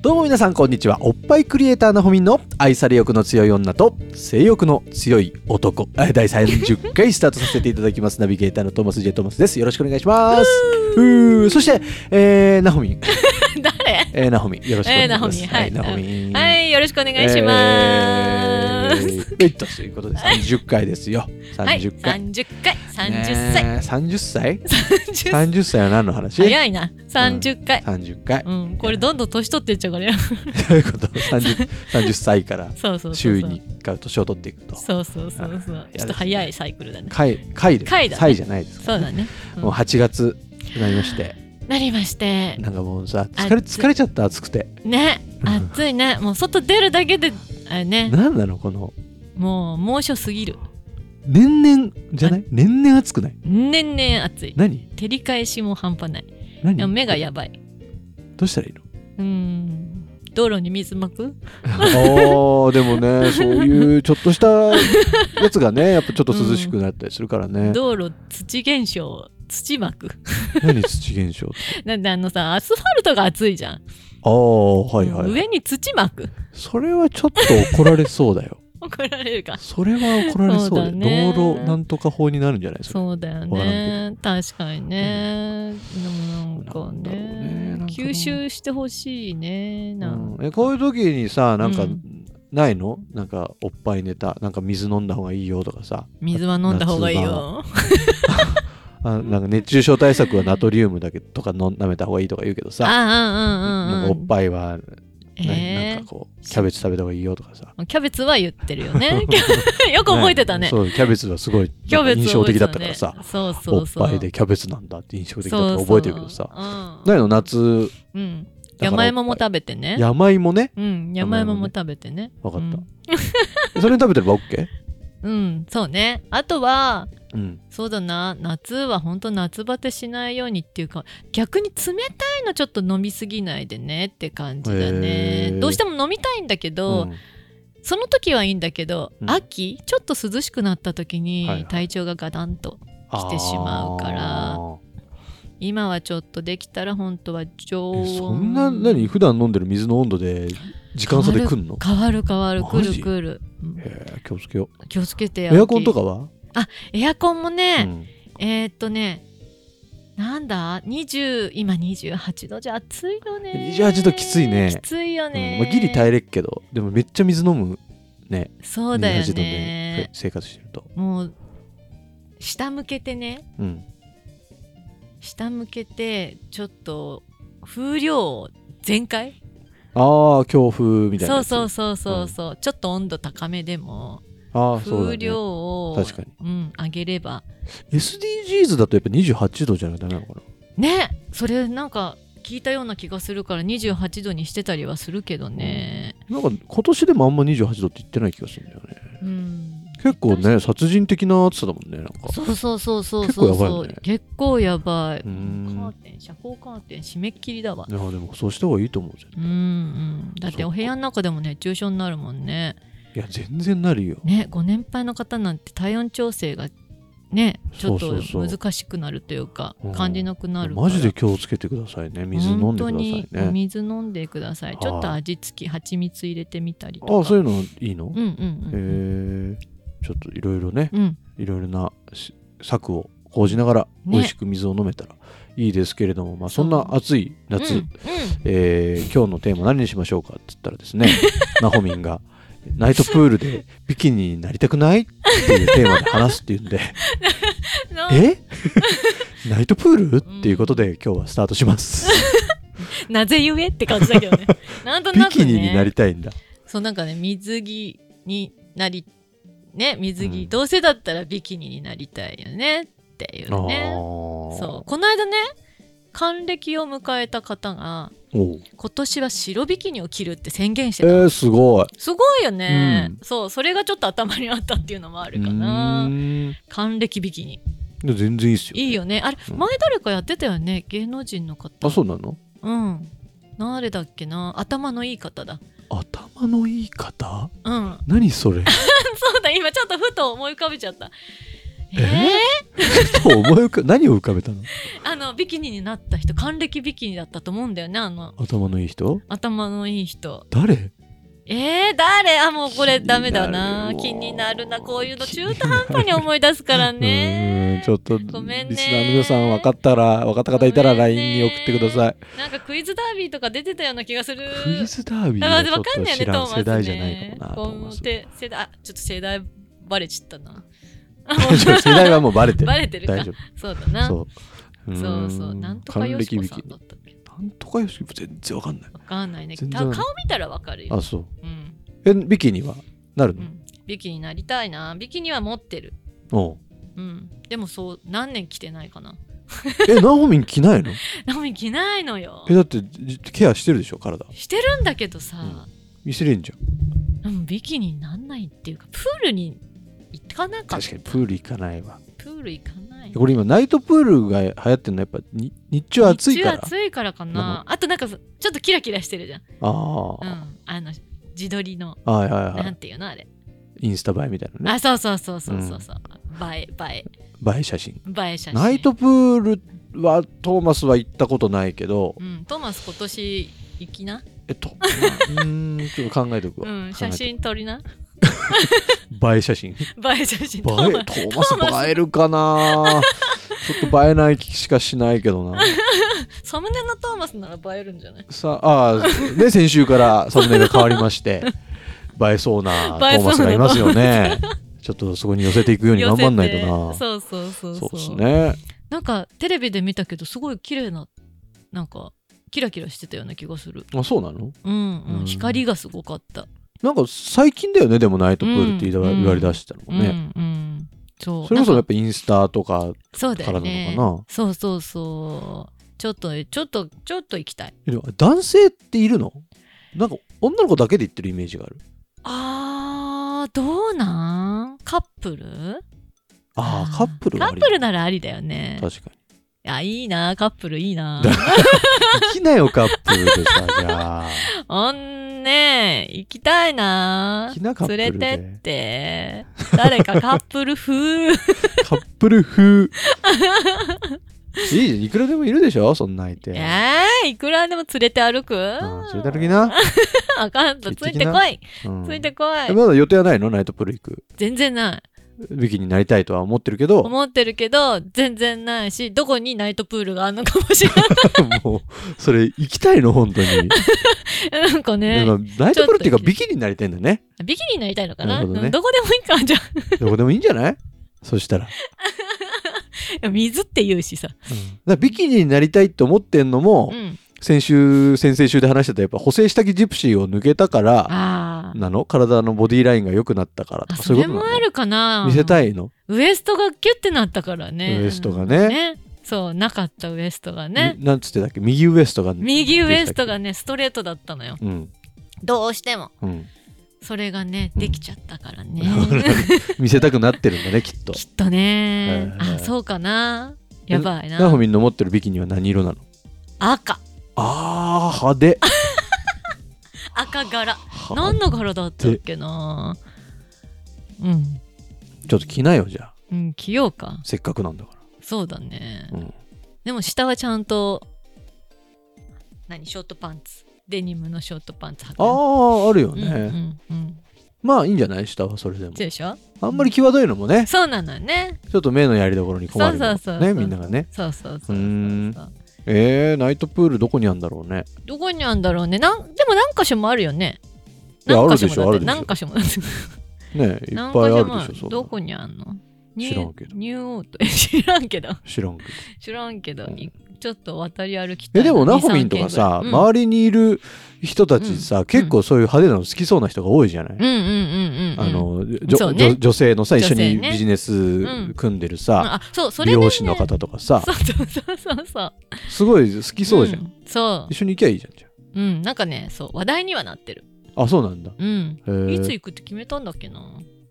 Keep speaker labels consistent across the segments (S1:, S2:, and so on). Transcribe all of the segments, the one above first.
S1: どうも皆さんこんにちはおっぱいクリエイターのほみんの愛され欲の強い女と性欲の強い男 あ第30回スタートさせていただきますナビゲーターのトーマス・ジェトーマスですよろしくお願いしますうーそして、えー、なほみん、
S2: 誰
S1: えー、なほみんよろしくお願いします、
S2: えーなほみんはい
S1: なほみん
S2: はい、よろしくお願いします。
S1: えー、えっとということで30回ですよ
S2: はい、
S1: 30回、
S2: 三十回、三十歳、
S1: ねえ30歳
S2: 三十歳。
S1: 30歳は何の話
S2: 早いな、三十回。
S1: 30回
S2: うん、これどんどん年取ってっちゃうからよ。
S1: ということ30 30歳から
S2: そうそうそうそう。
S1: 週に。1回年を取っていくと
S2: そうそうそうそう。ちょっと早いサイクルだね。
S1: 回回です
S2: 回だね
S1: 歳じゃないですか
S2: そうだね。うん
S1: もう8月になりまして
S2: なりまして、
S1: なんかもうさ
S2: あ
S1: 疲れ疲れちゃった暑くて
S2: ね、暑いね。もう外出るだけで、あれね、
S1: 何なのこの
S2: もう猛暑すぎる。
S1: 年々じゃない年々暑くない
S2: 年々暑い。
S1: 何
S2: 照り返しも半端ない。
S1: 何
S2: でも目がやばい。
S1: どうしたらいいの
S2: うん。道路に水まく
S1: あーでもねそういうちょっとしたやつが ねやっぱちょっと涼しくなったりするからね、
S2: 道路土現象土膜
S1: 何土現象って
S2: なんであのさアスファルトが熱いじゃん、
S1: ああはいはい、
S2: 上に土膜
S1: それはちょっと怒られそうだよ
S2: 怒られるか
S1: それは怒られそうだよ
S2: そうだね
S1: 道路なんとか法になるんじゃないそれ
S2: そうだよね確かにね、でもなんか
S1: なんだろうね
S2: ね
S1: なんか
S2: 吸収してほしいねなん
S1: うんえこういう時にさなんか、
S2: うん
S1: ないのなんかおっぱいネタなんか水飲んだ方がいいよとかさ
S2: 水は飲んだ方がいい
S1: 夏場
S2: よ
S1: あなんか熱中症対策はナトリウムだけとか飲ん舐めた方がいいとか言うけど
S2: あ
S1: さ
S2: うんうん
S1: な
S2: うんん
S1: か
S2: う
S1: おっ
S2: ん
S1: ぱいは、ね
S2: え
S1: なんかこうキャベツ食べた方がいいよとかさ
S2: ーキャベツは言ってるよ ね よく覚えてたね
S1: そうキャベツはすごい
S2: キャベツ
S1: 印象的だったからさ、
S2: 覚えてたねそうそうそう
S1: おっぱいでキャベツなんだって印象的だったから覚えてるけどさ
S2: そうそう
S1: ないの夏
S2: うん、うん、
S1: だから
S2: 山芋も食べてね
S1: 山芋ね
S2: うん、
S1: 山芋
S2: 山芋
S1: ね
S2: も食べてね。
S1: わかっ
S2: うん
S1: た、それ食べてれば OK?
S2: うん、そうね。あとは、
S1: うん
S2: そうだな、夏は本当夏バテしないようにっていうか、逆に冷たいのちょっと飲みすぎないでねって感じだ
S1: へー
S2: ね。どうしても飲みたいんだけど、
S1: うん
S2: その時はいいんだけど、
S1: うん
S2: 秋、ちょっと涼しくなった時
S1: はいはい
S2: に体調がガタンと。来てしまうから
S1: あー
S2: 今はちょっとできたら本当は常
S1: え
S2: 温。
S1: そんな何普段飲んでる水の温度で時間差でくんの
S2: 変わる変わる、
S1: マ
S2: く
S1: ジ
S2: るくる。うん
S1: へえ気をつけよ
S2: 気をつけて
S1: う
S2: よ。
S1: エアコンと
S2: か
S1: かは、
S2: エアコンもね、
S1: うん
S2: えー、っとね、なんだ20今28度じゃ暑いよね。
S1: 28度きついね
S2: きついよね。
S1: うんまあ、ギリ耐えれっけどでもめっちゃ水飲むね
S2: そうだよ
S1: 28度で
S2: ね。
S1: 生活してると、
S2: もう下向けてね、
S1: うん、
S2: 下向けてちょっと風量を全開
S1: ああ強風みたいな
S2: そ
S1: や
S2: う
S1: つ
S2: そうそうそうそう、ちょっと温度高めでも
S1: ああそうだ、
S2: 風量
S1: ね、
S2: を
S1: 確かに
S2: うん、上げれば
S1: SDGs だとやっぱ28度じゃなきゃダメなのか
S2: ねそれなんか聞いたような気がするから28度にしてたりはするけどね、
S1: ななんか今年でもあんま28度って言ってない気がするんだよね
S2: うん、
S1: 結構ね殺人的な暑さだもんねなんか
S2: そうそうそうそうそうそう結構やばい,、
S1: うーん
S2: カーテン遮光カーテン締めっきりだわ
S1: いやでもそうした方がいいと思うぜ
S2: うんうんだっ
S1: そ
S2: て
S1: っか
S2: お部屋の中でも熱中症になるもんね
S1: いや全然なるよ
S2: ねご年配の方なんて体温調整がねちょっ
S1: そ
S2: と
S1: うそうそう
S2: 難しくなるというか
S1: うん
S2: 感じなくなるから
S1: マジで気をつけてくださいね水飲んでくださ
S2: 本
S1: い
S2: 当にお
S1: ね
S2: 水飲んでくださいちょっと味付き蜂蜜入れてみたりとか
S1: ああそういうのいいの、
S2: うんうんうん
S1: へえちょっといろいろね
S2: うん
S1: いろいろなし策を講じながら
S2: ね
S1: 美味しく水を飲めたらいいですけれども、まあそ
S2: そうん
S1: な暑い夏、
S2: うんうん
S1: えー今日のテーマ何にしましょうかって言ったらですね ナホミンが「ナイトプールでビキニになりたくない?」っていうテーマで話すっていうんでえ ナイトプールっていうことで今日はスタートします。
S2: なぜゆえって感じだけ どねなんと
S1: ビ
S2: なく
S1: キ
S2: ね
S1: ニになりたいんだ。
S2: そうなんかね水着になりね水着、
S1: うん
S2: どうせだったらビキニになりたいよねっていうね
S1: あー
S2: そうこの間ね還暦を迎えた方が
S1: おう
S2: 今年は白ビキニを着るって宣言し
S1: え
S2: てた、
S1: ー、すごい
S2: すごいよね、
S1: う
S2: そうそれがちょっと頭にあったっていうのもあ
S1: う
S2: るか
S1: ー
S2: なん還暦ビキニ
S1: で全然いいっすよね、
S2: いいよねあれ、
S1: うん
S2: 前誰かやってたよね芸能人の方
S1: あそうなの
S2: うん誰だっけな頭のいい方だ
S1: 頭のいい方
S2: うん
S1: 何それ
S2: そうだ今ちょっとふと思い浮かべちゃったえー、
S1: と思い浮か何を浮かべたの
S2: あのビキニになった人還暦ビキニだったと思うんだよねあの
S1: 頭のいい人
S2: 頭のいい人
S1: 誰
S2: えー、誰あもうこれダメだな
S1: 気
S2: 気
S1: に
S2: に
S1: な
S2: な
S1: る
S2: る
S1: わ
S2: なこういうの中途半端に思い出すから
S1: うーん
S2: ね
S1: ちょっとリスナ
S2: ごめんね
S1: ーの皆さん分かったら分かった方いたら
S2: ごめ
S1: LINE
S2: んね
S1: に送ってください
S2: なんかクイズダービーとか出てたような気がする
S1: クイズダービー
S2: あ
S1: はちょ
S2: わ
S1: っ
S2: かん
S1: と
S2: ないよ
S1: 知
S2: ねト
S1: らん
S2: ーマスね
S1: 世代じゃないかもなと思います
S2: こうて世代あちょっと世代バレちったな
S1: 大丈夫世代はもうバレてる
S2: バレてるか
S1: 大丈
S2: そうだなそう
S1: 夫
S2: そう
S1: ー
S2: なんとかよしこさ
S1: 還
S2: ん
S1: 暦
S2: だ
S1: 引
S2: ったっけ
S1: きなんとかよしこ全然わかんない
S2: わかんないね
S1: 全
S2: た
S1: 然わ
S2: 顔
S1: かんない
S2: 見たらわかるよ
S1: あそう
S2: うん
S1: えビキニはなる
S2: う
S1: の、
S2: んビキになりたいなビキには持ってる
S1: おう
S2: うんでもそう何年着てないかな
S1: えナホミン着ないの
S2: でも着ないのよ
S1: えだってじケアしてるでしょ体
S2: してるんだけどさ、
S1: 見せれんじゃん
S2: でもビキニになんないっていうかプールに行かなかった
S1: 確かにプール行かないわ
S2: プール行かない
S1: これ今ナイトプールが流行ってるのはやっぱに日中暑いか
S2: 日
S1: ら
S2: 中暑いからかなあとなんかそちょっとキラキラしてるじゃん
S1: あ
S2: う
S1: あ、
S2: んあの自撮りの
S1: はいはいは
S2: なん
S1: い
S2: ていうのあれ
S1: インスタ映えみたいなね
S2: あそうそうそうそうそうそう映え映
S1: 映え写真
S2: え映え写真
S1: ナイトプールはトーマスは行ったことないけど
S2: うんトーマス今年行きな
S1: えっとう ーんちょっと考えておくわ、
S2: うん
S1: 考え
S2: 写
S1: て
S2: 真撮りな
S1: 映え写真映え
S2: 映え写真
S1: ト
S2: トーマス
S1: ーマス映えるかなちょっと映えない気しかしないけどな
S2: サムネのトーマスなら映えるんじゃない
S1: さああーね 先週からサムネが変わりまして映えそうなト
S2: 映え
S1: ー
S2: そうな
S1: マスがいますよねちょっとそこに寄せていくように頑張んないと
S2: 寄
S1: な
S2: せてそうそうそう
S1: そ
S2: そうう
S1: ですね
S2: なんかテレビで見たけどすごい綺麗ななんかキラキラしてたような気がする
S1: あそうなの
S2: うん、うん
S1: うん
S2: 光がすごかった
S1: なんか最近だよねでもナイトプールって言わ,、
S2: うんうん
S1: 言われ出したのもね、
S2: うんうんそう
S1: それこそ
S2: な
S1: や
S2: ん
S1: っ
S2: か
S1: ぱインスタとか
S2: そうだよね
S1: からなのか
S2: そうそうそうちょっとちょっとちょっと行きたい
S1: でも男性っているのなんか女の子だけで言ってるイメージがある
S2: あーどうなんカップル
S1: ああカップル
S2: カ
S1: はあ
S2: ッ
S1: り
S2: プルならありだよね
S1: 確かに
S2: あいいなカップルいいな
S1: 行きなよカップルでさじゃあ
S2: あんね行きたいな
S1: 行きなカップルで
S2: 連れてって誰かカップル 風
S1: カップル風 いいじゃんいくらでもいるでしょそんな相手
S2: えー、いくらでも連れて歩く
S1: うん連れて歩きな、
S2: あかんと
S1: 行っ
S2: つ
S1: て
S2: い
S1: き
S2: て
S1: な
S2: こい
S1: うん
S2: ついてこ
S1: え
S2: い
S1: まだ予定はないのナイトプール行く
S2: 全然ない
S1: ビキになりたいとは思ってるけど も
S2: 思ってるけど全然ないしどこにナイトプールがあるのかもしれな
S1: うそれ行きたいの本 当に、
S2: いなんかね
S1: なんかナイトプールっていうか
S2: ちょっと行きたい
S1: ビキニになりたいんだね
S2: ビキニになりたいのかな
S1: なるほどね
S2: うんどこでもいいかじゃあ
S1: どこでもいいんじゃないそしたら,、
S2: いや水って言うしさ、
S1: うんだからビキニになりたいって思ってんのも、
S2: うん、
S1: 先週先々週で話してたやっぱ補正下着ジプシーを抜けたから
S2: あー
S1: なの体のボディラインが良くなったからと
S2: あ
S1: か
S2: そ
S1: そういう
S2: れ
S1: こと
S2: も
S1: な
S2: あ
S1: の
S2: るかな
S1: 見せたいの、
S2: ウエストがキュッてなったからね
S1: ウエストがね
S2: そうなかったウエストがね
S1: みなんつってたっけ右ウエストが
S2: 右ウエストがねストレートだったのよ
S1: うん
S2: どうしても
S1: うん、
S2: それがね
S1: うん
S2: できちゃったからね、
S1: 見せたくなってるんだねきっと
S2: きっとね、
S1: はいはい
S2: あそうかなやばいな
S1: ナホミンの持ってるビキニは何色なの
S2: 赤
S1: あー派手
S2: 赤柄
S1: は
S2: 何の柄だったっけなうん、
S1: ちょっと着なよじゃあ
S2: うん、着ようか
S1: せっかくなんだか
S2: そうだね、
S1: ら、うん、
S2: でも下はちゃんと何ショートパンツデニムのショートパンツ履く
S1: あああるよね、
S2: うんうんうん
S1: まあいいんじゃない下はそれでも
S2: そうでしょ
S1: あんまり際どいのもね
S2: そうなのよね
S1: ちょっと目のやりどころに困るから
S2: そうそうそうそ
S1: ね
S2: う
S1: みんながね
S2: そうそうそうそう
S1: うーん
S2: そう
S1: えー、ナイトプールどこにあるんだろうね
S2: どこにあるんだろうねなんでも何箇所もあるよね
S1: いや
S2: 何箇所もだ
S1: あ
S2: っ
S1: るで
S2: て
S1: しょある
S2: 何
S1: で
S2: 箇所もだって
S1: ねいっ
S2: 何
S1: ぱいあ
S2: 箇所
S1: る
S2: もあ
S1: でしょそう
S2: る
S1: なの
S2: どこにあんの
S1: 知らんけど
S2: ニューオート え知らんけど
S1: 知らんけど
S2: 知らんけど、
S1: うん
S2: いちょっと渡り歩きたい
S1: えでも
S2: な
S1: ナホミンとかさ、
S2: 2 3軒ぐらい
S1: 周りにいる人たちさ、結構そういう派手なの好きそうな人が多いじゃない、
S2: うんうんうんうんうんうん
S1: あのじょ
S2: そう
S1: じ
S2: ね
S1: ょ女性のさ一緒
S2: 女性
S1: に
S2: ね
S1: ビジネス組んでるさ、
S2: あそうそれ
S1: 美
S2: でね
S1: 容師の方とかさ
S2: そうそうそうそうそう
S1: すごい好きそうじゃん、
S2: ん、そ
S1: 一緒に行きゃいいじゃんじゃ
S2: ううんなんかねそう話題にはなってる
S1: ああそうなんだ
S2: うん
S1: へー
S2: いつ行くって決めたんだっけな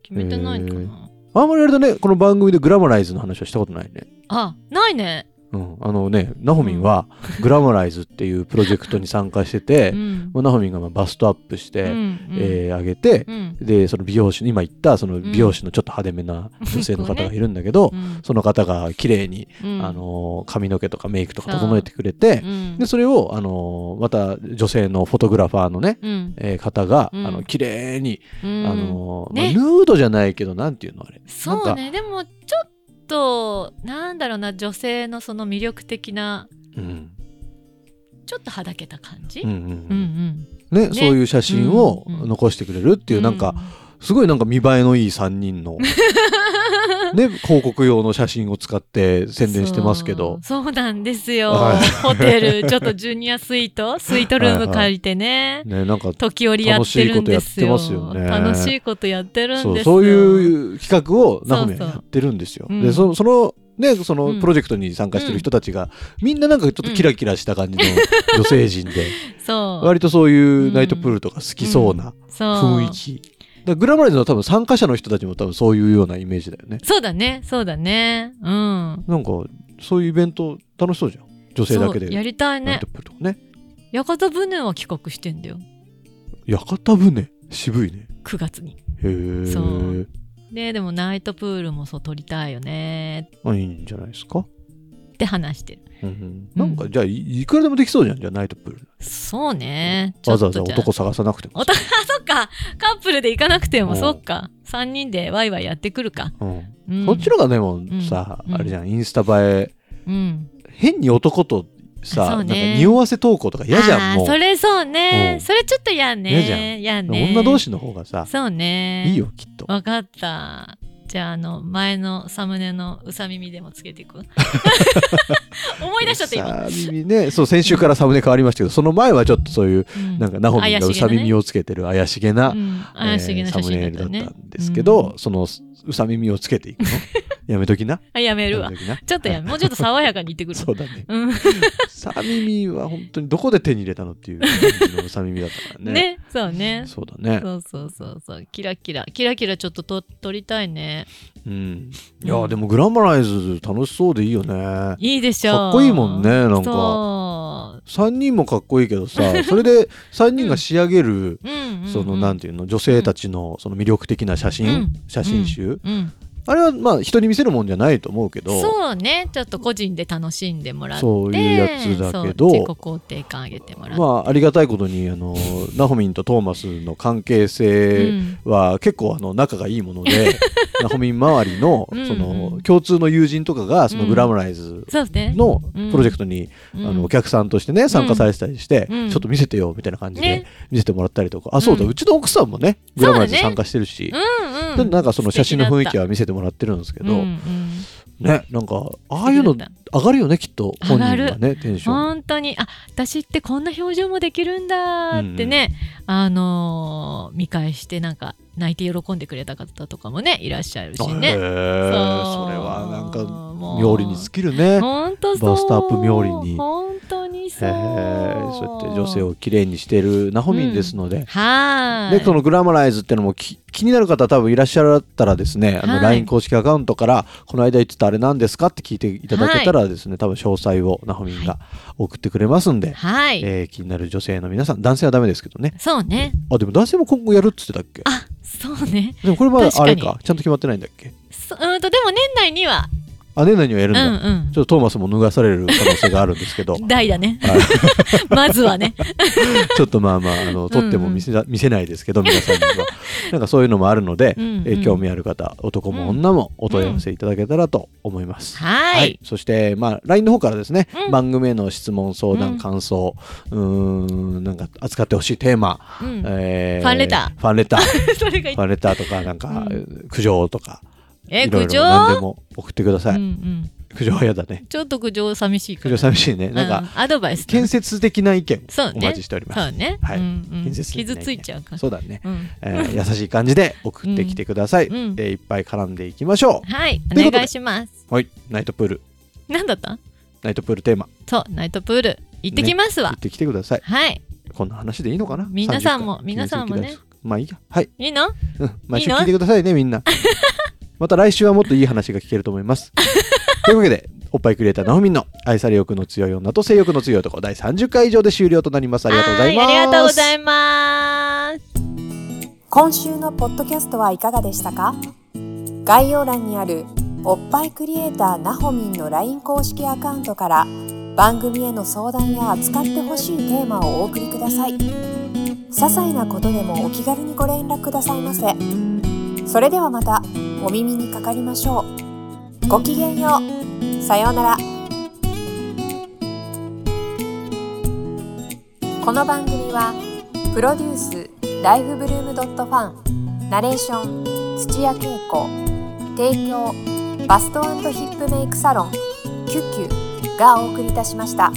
S2: 決めてないか
S1: へー
S2: な
S1: あんまりあれだねこの番組でグラマライズの話はしたことないね
S2: あないね
S1: うん、あのねナホミンはグラマライズっていうプロジェクトに参加して
S2: う
S1: て、
S2: ん
S1: もうナホミンがまあバストアップして、
S2: うんうん
S1: えー上げて、
S2: うん
S1: でその美容師今言ったその美容師のちょっと派手めな女性の方がいるんだけど、
S2: うん
S1: その方が綺麗に、
S2: うん
S1: あのー髪の毛とかメイクとか整えてくれて
S2: う、ん
S1: でそれを、あのーまた女性のフォトグラファーのね、
S2: うん
S1: えー方が、
S2: うん
S1: あの綺麗に、
S2: うん
S1: あのー
S2: ね
S1: まあヌードじゃないけどなんていうのあれ
S2: そう
S1: なんか
S2: ねでもちょっとなんだろうな女性のその魅力的な
S1: うん
S2: ちょっとはだけた感じ、
S1: うん
S2: う
S1: うんんねそういう写真を
S2: うんうん
S1: 残してくれるっていう、なんか、すごいなんか見栄えのいい3人 の、ね、広告用の写真を使って宣伝してますけど
S2: そうそうなんですよ、
S1: はい
S2: ホテルちょっとジュニアスイ ートスイートルーム借りてね
S1: ねなんか
S2: 時折やってるんですよ
S1: 楽しいことやってますよね
S2: 楽しいことやってるん
S1: そ
S2: です
S1: う
S2: よ
S1: そういう企画をナホミ
S2: そ
S1: は
S2: うそう
S1: やってるんですよ。
S2: うん
S1: でそそのね、そ
S2: うん
S1: のプロジェクトに参加してる人たちが、みんななんかちょっとキラキラした感じの女性陣で、
S2: そう
S1: 割とそういうナイトプールとか好きそうな
S2: そう
S1: 雰囲気、だからグラマライズの多分参加者の人たちも多分そういうようなイメージだよね
S2: そうだねそうだねうん
S1: なんかそういうイベント楽しそうじゃん女性だけ
S2: そうや
S1: で
S2: りたい
S1: ナイ
S2: ね
S1: トプールとかね
S2: 屋形船は企画してんだよ
S1: 屋形船渋いね
S2: 9月に
S1: へえ
S2: そうねでもナイトプールもそう撮りたいよね
S1: あいいんじゃないですか、
S2: って話してる
S1: うんなんかじゃあいいくらでもできそうじゃんじゃあナイトプール
S2: そうね
S1: わざわざ
S2: ちょっとじゃあ
S1: 男探さなくても
S2: おとあ そっかカップルで行かなくても
S1: うん
S2: そっか3人でワイワイやってくるか、
S1: うん
S2: うん、
S1: そっちのがでもさ、
S2: うん
S1: あれじゃんインスタ映え
S2: うん
S1: 変に男と
S2: そ
S1: さ、
S2: うね
S1: なんか匂わせ投稿とか嫌じゃ
S2: あ
S1: ん
S2: ー
S1: もう
S2: それそうね、
S1: うん
S2: それちょっと嫌
S1: 嫌じゃん
S2: ね嫌ね
S1: 女同士の方がさ
S2: そうね
S1: いいよきっと
S2: わかったじゃああの前のサムネのうさ耳でもつけて いく思い出しちゃった
S1: さ
S2: 今、
S1: 耳ねそう先週からサムネ変わりましたけどその前はちょっとそういう
S2: う
S1: なんかナホミンがうさ耳
S2: を
S1: をつけてる怪しげな、
S2: 怪しげな
S1: えーサ
S2: 写
S1: ム
S2: 真
S1: ネ
S2: だ
S1: イル
S2: った
S1: だっ
S2: よね
S1: たんですけど、
S2: うん
S1: そのうさ耳をつけてい くのやめときな
S2: あやめ
S1: や
S2: る
S1: め
S2: わ
S1: ときな
S2: ちょっとやめもうちょっと爽やかに言ってくる
S1: そうだ ね
S2: うん
S1: さ耳は本当にどこで手に入れたのっていう感じのうさ耳だったからね
S2: ねそうね
S1: そうだね
S2: そうそうそうそうキラキラキラキラちょっとと撮りたいね
S1: うんいやでもグラマライズ楽しそうでいいよね
S2: いいでしょ
S1: かっこいいもんねなんか
S2: そ
S1: 3人もかっこいいけど さそれで3人が仕上げる、
S2: う、うんうん
S1: そのなん
S2: て
S1: ていうの女性たちのその魅力的な写真、
S2: うん
S1: 写真集、
S2: うん、
S1: あれはまあ人に見せるもんじゃないと思うけど
S2: そうねちょっと個人で楽しんでもらって
S1: そういうやつだけど
S2: そう自己肯定感上げてもらって、
S1: まあありがたいことにあ のナホミンとトーマスの関係
S2: う
S1: 性
S2: ん
S1: は結構あの仲がいいもので、 ナホミン周りの
S2: うんうん
S1: その共通の友人とかがそのグラムライズ
S2: そうね
S1: の
S2: うん
S1: プロジェクトに、
S2: うん
S1: あのお客さんとしてね参加されてたりして、
S2: うん
S1: ちょっと見せてよみたいな感じで
S2: ね
S1: 見せてもらったりとか、あそうだ、
S2: う
S1: うんちの奥さんもねグラムライズ参加してるし、
S2: うんうん
S1: でなんかその写真の雰囲気
S2: あ
S1: は見せてもらってるんですけ
S2: る
S1: ど、ねなんかああいうの上がるよねきっと本人はねテンション。
S2: 本当にあ私ってこんな表情もできるんだってね、あのー見返してなんか泣いて喜んでくれた方とかもねいらっしゃるし
S1: へー
S2: ねそう
S1: それはなんか
S2: もう
S1: 妙利に尽きるね。
S2: 本当そう
S1: バストアップ冥利に
S2: 本当に
S1: へ
S2: そう
S1: ーそうやって女性をきれいにしているナホミンですので、
S2: はーい
S1: でそのグラマライズっていうのもき気になる方多分いらっしゃったらですね、あ
S2: は
S1: の
S2: い
S1: LINE 公式アカウントからこの間言ってたあれなんですかって聞いていただけたらですね、多分詳細をナホミンが送ってくれますんで、
S2: はい、
S1: えー気になる女性の皆さん男性はダメですけどね
S2: そうね
S1: あでも男性も今後やるっつってたっけ
S2: あそうね
S1: でもこれはあれ
S2: 確か
S1: かちゃんと決まってないんだっけ
S2: そうんとでも年内には
S1: あ年内にはや
S2: う
S1: るん
S2: んう
S1: だ、
S2: ん
S1: ちょっとトーマスも脱がされる可能性があるんですけど
S2: 大だね
S1: はい
S2: まずはね
S1: ちょっとまあまああの撮っても見せな見せないですけど皆さんに はなんかそういうのもあるので、
S2: うんうん
S1: えー興味ある方男も女もお問い合わせいただけたらと思います。
S2: はい
S1: そして、まあ、LINE の方からですね、
S2: うん
S1: 番組への質問相
S2: うん
S1: 談感想うーんなんか扱ってほしいテーマ、
S2: うん
S1: え
S2: ファンレタ
S1: ーファンレタ ーフ
S2: それが
S1: ァンレターとかなんか、
S2: う
S1: 苦情とか
S2: え
S1: いろい
S2: 苦
S1: ろ何で
S2: 情
S1: も送ってくだ
S2: う
S1: さ
S2: ん
S1: い、
S2: うん
S1: 苦情は嫌だね
S2: ちょっと苦情寂しいか
S1: 苦
S2: ら
S1: 情寂しいねなんか、
S2: うんアドバイスだね
S1: 建設的な意見
S2: そうね
S1: お待ちしております
S2: そうね
S1: はい
S2: うんうん
S1: 建設的な
S2: 傷
S1: 意見
S2: ついちゃうから
S1: そうだね
S2: うん
S1: えー優しい感じで送ってきてください、
S2: うんうん
S1: でいっぱい絡んでいきましょ
S2: はい
S1: ということで
S2: お願いします
S1: うはいナイトプール
S2: なんだった
S1: ナイトプールテーマ
S2: そうナイトプール行ってきますわ、
S1: 行ってきてください
S2: はい
S1: こんな話でいいのかな
S2: 皆さん
S1: 30
S2: も
S1: 回
S2: 皆さんもね
S1: 記念すべきラジオまあいいやはい、
S2: いいの
S1: うん、毎週
S2: いいの
S1: 聞いてくださいねみ んなまた来週はもっといい話が聞けると思いますというわけでおっぱいクリエイターなおみんの愛され欲の強い女と性欲の強い男第30回以上で終了となりますありがとうございます
S2: はありがとうございます
S3: 今週のポッドキャストはいかがでしたか概要欄にあるおっぱいクリエイターなほみんの LINE 公式アカウントから番組への相談や扱ってほしいテーマをお送りください些細なことでもお気軽にご連絡くださいませそれではまたお耳にかかりましょうごきげんようさようならこの番組は「プロデュースライフブルームドットファンナレーション土屋恵子提供バストヒップメイクサロン「キュッキュ」がお送りいたしました。